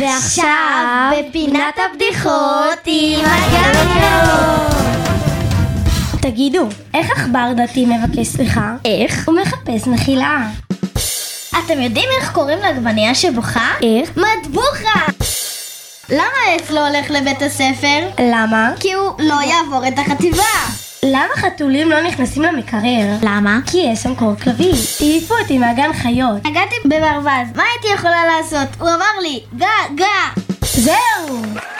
ועכשיו, בפינת הבדיחות עם הגלגלות. תגידו, איך עכבר דתי מבקש סליחה? איך? הוא מחפש מחילה. אתם יודעים איך קוראים לעגבנייה שבוכה? איך? מטבוחה! למה העץ לא הולך לבית הספר? למה? כי הוא לא יעבור את החטיבה! למה חתולים לא נכנסים למקרר? למה? כי יש שם קור כלבי. העיפו אותי מהגן חיות. נגעתי בברווז, מה הייתי יכולה לעשות? הוא אמר לי, גע, גע! זהו!